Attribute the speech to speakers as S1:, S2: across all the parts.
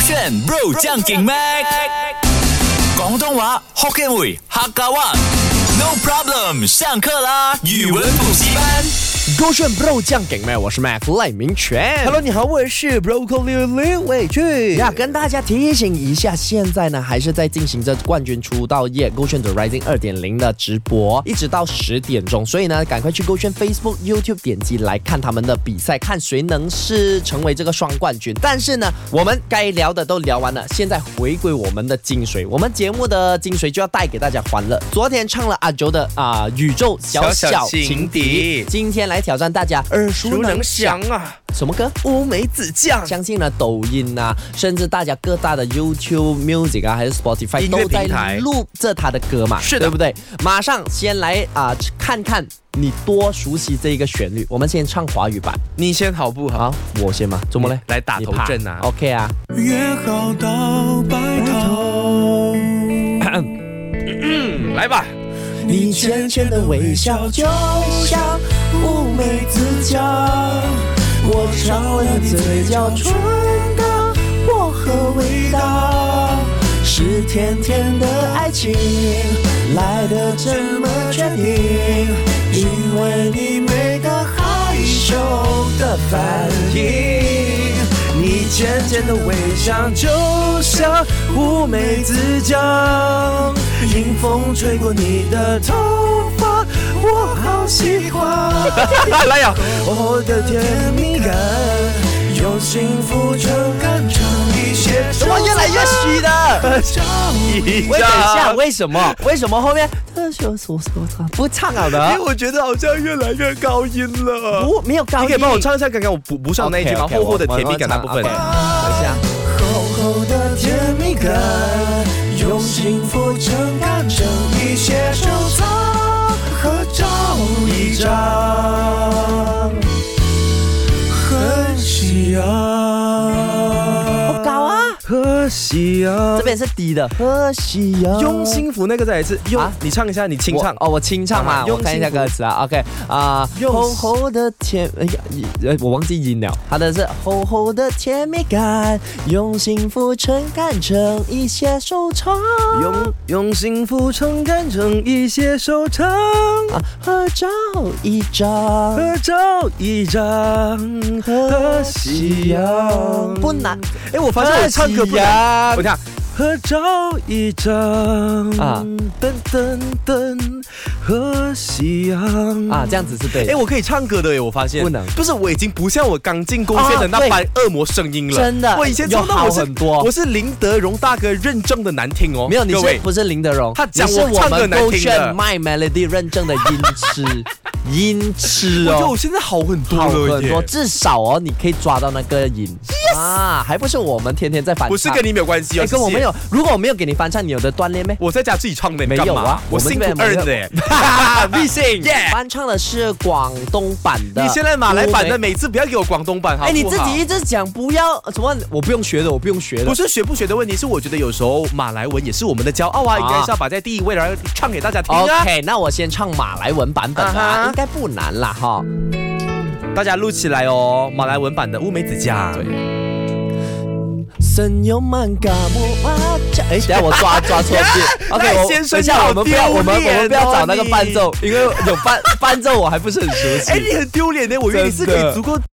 S1: 选 bro 将劲 mac，广东话 Hokkien 语客家话。No problem，上课啦！语文补习班。
S2: 勾选 bro 酱给麦，我是 Mac 赖明全。
S3: Hello，你好，我是 Broccoli 刘伟俊。
S2: 呀，跟大家提醒一下，现在呢还是在进行着冠军出道夜勾选者 Rising 二点零的直播，一直到十点钟，所以呢，赶快去勾选 Facebook、YouTube 点击来看他们的比赛，看谁能是成为这个双冠军。但是呢，我们该聊的都聊完了，现在回归我们的精髓，我们节目的精髓就要带给大家欢乐。昨天唱了阿周的啊、宇宙小
S3: 小
S2: 小
S3: 情
S2: 情
S3: 敌
S2: 敌，今天来挑战大家耳熟
S3: 熟
S2: 能
S3: 能
S2: 详
S3: 详啊，
S2: 什么歌？
S3: 乌梅子酱。
S2: 相信呢，抖音啊，甚至大家各大的 YouTube Music 啊，还是 Spotify
S3: 音
S2: 都
S3: 乐
S2: 在
S3: 平台
S2: 录这他的歌嘛，
S3: 是的
S2: 对不对？马上先来啊、看看你多熟悉这一个旋律。我们先唱华语版，
S3: 你先好不好？
S2: 好，我先嘛，怎么嘞？
S3: 来打
S2: 你
S3: 头
S2: 怕
S3: 阵啊
S2: ，OK 啊。
S4: 约好到白头，
S3: 来吧，
S4: 你浅浅的微笑就像妩媚自娇，我尝了你嘴角唇膏薄荷味道，是甜甜的爱情来的这么全意，因为你每个害羞的反应。你浅浅的微笑，就像妩媚自娇。迎风吹过你的头发，我好喜欢。
S3: 来呀！
S4: 我的甜蜜感，用幸福撑杆成一些。
S2: 怎么越来越虚的？喂，等一
S3: 啊哎
S2: 下，为什么？为什么后面呃特秀所所唱不唱好
S3: 因为
S2: 的？
S3: 我觉得好像越来越高音了。
S2: 不，没有高音。
S3: 你可以帮我唱一下刚刚我补补上那一句吗？
S2: OK，OK，
S3: 厚厚的甜蜜感啊那部
S2: 我
S3: 分
S2: 我。唱等一下。
S4: 厚厚的甜蜜感，用幸福撑杆成一些收藏合照一张，很喜阳，
S2: 不高啊，
S3: 可惜啊
S2: 这，边是低的。可惜呀
S3: 用幸福那个再来一次，用
S2: 呃啊
S3: 你唱一下，你清
S2: 我
S3: 唱。
S2: 哦，我清唱
S3: 啊
S2: 嘛，我
S3: 用
S2: 看一下
S3: 幸福
S2: 歌词啊，OK 啊，
S3: 用
S2: 厚厚的甜，哎呀，呃我忘记音了，它的是厚厚的甜蜜感，用幸福撑杆成一些收藏，
S3: 用
S2: 哦
S3: 用幸福撑杆成一些收藏，
S2: 啊合照一张，
S3: 合照一张，和夕阳。
S2: 不难
S3: 哎，我发现我唱歌不
S2: 呀
S3: 难。我看合照一张
S2: 啊
S3: 啊，噔噔噔，和夕阳
S2: 啊，这样子是对的
S3: 哎，。我可以唱歌的耶！我发现
S2: 不能
S3: 不是我已经不像我刚进贡献的那般恶魔声音了。
S2: 啊对真的
S3: 我以前唱
S2: 有
S3: 到
S2: 好
S3: 我是
S2: 很多
S3: 我是林德荣大哥认证的难听哦。
S2: 没有，你
S3: 各
S2: 是
S3: 位
S2: 不是林德荣？
S3: 他讲
S2: 你是
S3: 我
S2: 我
S3: 唱歌
S2: 们
S3: 难
S2: 勾
S3: 听
S2: 选
S3: 的
S2: My Melody 认证的音痴，音痴
S3: 我觉得
S2: 哦
S3: 我。现在好很多
S2: 好
S3: 了
S2: 很
S3: 耶
S2: 多，。至少哦，你可以抓到那个音啊，还不是我们天天在翻唱，
S3: 不是跟你没有关系哦，
S2: 哎跟我
S3: 谢谢
S2: 没有。如果我没有给你翻唱，你有的锻炼咩？
S3: 我在家自己唱的，
S2: 没
S3: 干
S2: 有
S3: 嘛
S2: 啊
S3: 我
S2: 我们
S3: 辛苦
S2: 这边没有
S3: earn 的 耶，哈哈微信。耶
S2: 翻唱的是广东版的，
S3: 你现在马来版
S2: 乌
S3: 的，
S2: 梅？
S3: 每次不要给我广东版，好不好？
S2: 哎，你自己一直讲不要什么，我不用学的，我不用学的
S3: 不。是学不学的问题，是我觉得有时候马来文也是我们的骄傲啊，
S2: 啊
S3: 应该是要摆在第一位，然后唱给大家听啊。
S2: OK，那我先唱马来文版本的
S3: 啊
S2: 啊，
S3: 哈
S2: 应该不难啦哈。
S3: 大家录起来哦，马来文版的乌梅子酱。
S2: 神游曼嘎莫啊！哎，等下我抓抓错 字。OK，
S3: 赖
S2: 我
S3: 先生
S2: 等一下
S3: 好
S2: 我们不要我们
S3: 丢
S2: 我
S3: 脸哦
S2: 们不要找那个
S3: 你
S2: 伴奏，因为有 伴伴奏我还不是很熟
S3: 哎、
S2: 悉。
S3: 你很丢脸呢，我以为你是可
S2: 真的
S3: 以足够。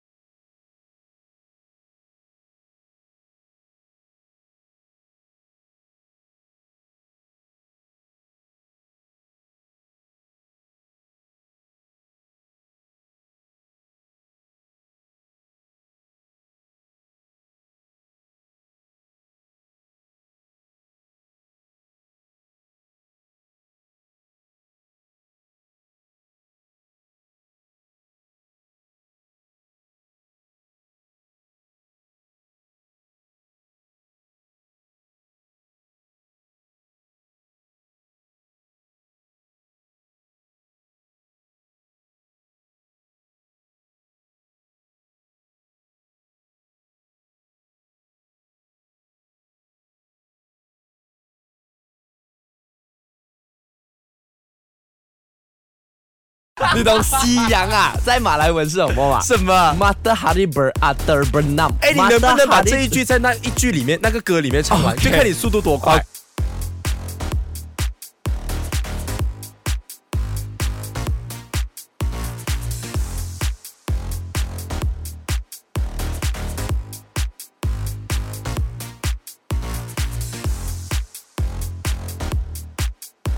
S2: 你懂西洋啊，在马来文是什么吗？
S3: 什么？
S2: Mata Hari Beratur Bernam。
S3: 哎，你能不能把
S2: Mata
S3: 这
S2: Hari-
S3: 一句在那一句里面那个歌里面唱完？
S2: OK
S3: 就看你速度多快。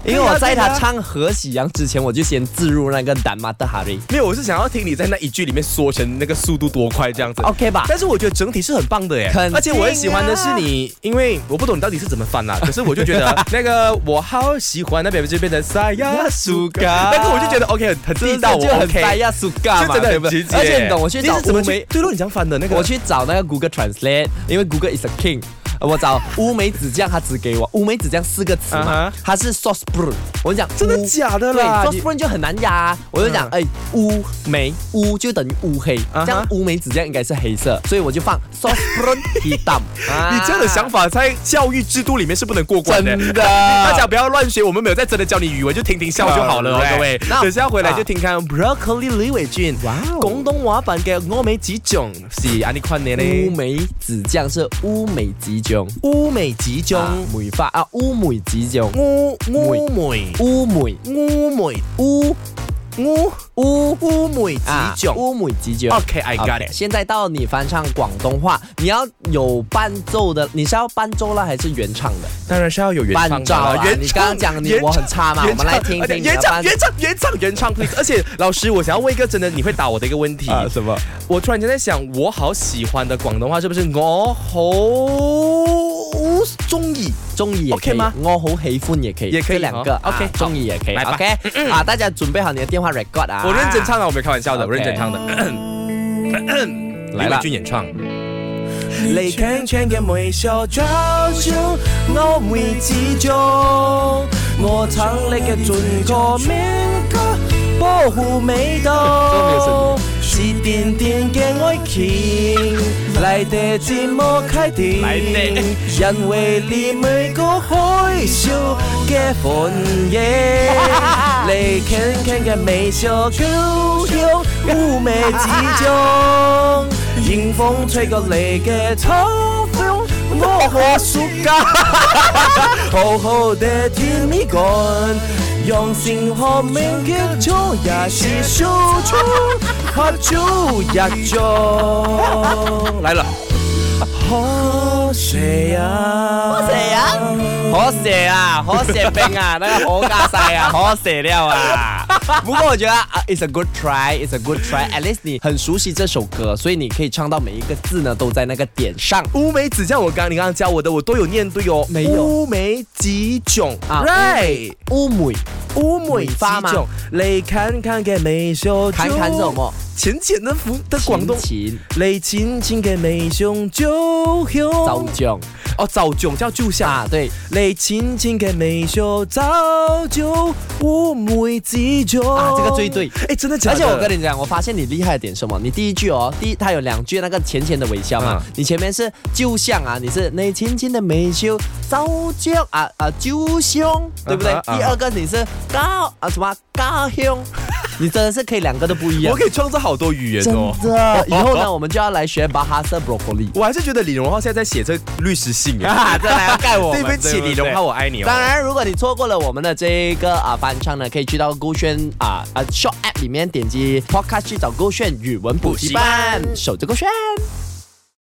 S2: 因为我在他唱何喜洋之前，我就先自入那个 Dan Mata Hari。
S3: 没有，我是想要听你在那一句里面说成那个速度多快这样子。
S2: OK 吧？
S3: 但是我觉得整体是很棒的耶，
S2: 肯定啊
S3: 而且我很喜欢的是你，因为我不懂你到底是怎么翻啦、可是我就觉得那个我好喜欢那边就变成塞亚苏嘎，那个我就觉得 OK 很很地
S2: 这
S3: 道，我
S2: 就很
S3: OK，
S2: 塞亚苏嘎
S3: 就
S2: 嘛，
S3: 真的
S2: 对
S3: 很
S2: 不
S3: 直
S2: 对
S3: 接。
S2: 而且你懂，我去
S3: 你
S2: 找
S3: 是怎么
S2: 乌梅
S3: 去？对咯，你这样翻的那 个，
S2: 我去找那个 Google Translate，因为 Google is a king。我找乌梅子酱，他只给我乌梅子酱四个词嘛
S3: 啊哈，
S2: 它是 sauce b r u 我就讲
S3: 真的
S2: 乌
S3: 假的
S2: 对
S3: 啦？
S2: ，sauce
S3: 你嗯
S2: b r u 就很难压。我就讲，哎，乌梅乌就等于乌黑，
S3: 啊哈
S2: 这样乌梅子酱应该是黑色，所以我就放 sauce b r u hitam。
S3: 你这样的想法在教育制度里面是不能过关的。
S2: 啊真的
S3: 大家不要乱学，我们没有在真的教你语文，就听听笑就好了哦，
S2: Correct
S3: 各位。
S2: 那啊
S3: 等下回来就听看 Broccoli 李伟俊
S2: 哇哦
S3: 广东话版嘅我没几种是啊安尼款嘅
S2: 乌
S3: 咧。
S2: 梅子酱是乌梅子酱，
S3: 乌梅子
S2: 啊
S3: 酱，
S2: 梅花啊乌梅子酱，
S3: 乌乌梅
S2: 乌梅
S3: 乌梅
S2: 乌
S3: 乌
S2: 乌
S3: 乌梅子
S2: 啊
S3: 酱。
S2: 乌梅子酱。
S3: OK，I got
S2: OK，
S3: it。
S2: 现在到你翻唱广东话，你要有伴奏的，你是要伴奏啦还是原唱的？
S3: 当然是要有原
S2: 伴
S3: 唱
S2: 奏
S3: 的啦
S2: 啊！
S3: 原
S2: 你
S3: 唱
S2: 刚刚讲你
S3: 原
S2: 我很
S3: 唱
S2: 差嘛，我
S3: 原
S2: 们
S3: 唱
S2: 来听
S3: 而且
S2: 听你
S3: 原
S2: 的
S3: 唱
S2: 伴
S3: 原唱原唱原唱 please。而且老师，我想要问一个真的你会打我的一个问题。
S2: 啊什么？
S3: 我突然间在想，我好喜欢的广东话是不是我好中意？
S2: 中意也可
S3: OK
S2: 以
S3: 吗
S2: 我好喜欢也可以，
S3: 也可以
S2: 这两个
S3: 哦 OK，
S2: 啊中意也可以
S3: 来吧
S2: OK 啊，大家准备好你的电话 record 啊，
S3: 我认真唱的，我没有开玩笑的，
S2: OK
S3: 我认真唱 的。
S2: 来了
S3: 李伟俊演唱，
S4: 你強強嘅微笑嘲笑我每次做，我唱你嘅盡個名歌，保護味道，是甜甜嘅愛情，嚟的節目開庭，因為你每個開笑嘅歡迎。你看看嘅微笑，嬌嬌妩媚之中，迎風吹過嚟嘅秋風，我和暑假，好好的甜蜜感，用心和明嘅秋也是暑秋，喝酒一盅。
S3: 来了。
S4: 可惜呀，可
S2: 啊
S4: 惜呀，
S2: 好写啊，好写冰 啊，那个好加塞啊，好写料啊。不过我觉得啊、i t s a good try，it's a good try，at least 你很熟悉这首歌，所以你可以唱到每一个字呢都在那个点上。
S3: 乌梅子酱，我刚你刚刚教我的，我都有念对哦。
S2: 没有
S3: 乌梅子酱
S2: 啊
S3: ，right，
S2: 乌梅，
S3: 乌梅子
S2: 梅花吗
S3: 酱。你看看嘅微笑，
S2: 看看是什？么？
S3: 浅浅的福的广东。
S2: 琴
S3: 你浅浅嘅微笑，就向
S2: 糟酱
S3: 哦，早囧叫就像。
S2: 啊，对，
S3: 你浅浅嘅微笑，早就乌梅子酱。
S2: 啊这个最对
S3: 哎，真的假的？
S2: 而且我跟你讲，我发现你厉害的点是什么？你第一句哦，第一它有两句那个浅浅的微笑嘛，
S3: 嗯
S2: 你前面是就像啊，你是那浅浅的微笑，照将啊啊就像，对不对？
S3: 啊哈啊哈
S2: 第二个你是高啊什么高胸，你真的是可以两个都不一样
S3: 我，可以创造好多语言
S2: 真
S3: 哦。
S2: 的。以后呢，我们就要来学巴哈色 broccoli
S3: 我还是觉得李荣浩现在在写这律师信耶。
S2: 啊，再来要盖我们，
S3: 对不起，李荣浩，我爱你哦。
S2: 当然，如果你错过了我们的这个啊翻唱呢，可以去到勾选啊啊 Shop App 里面点击 Podcast 去找勾选语文补习班，守着勾选。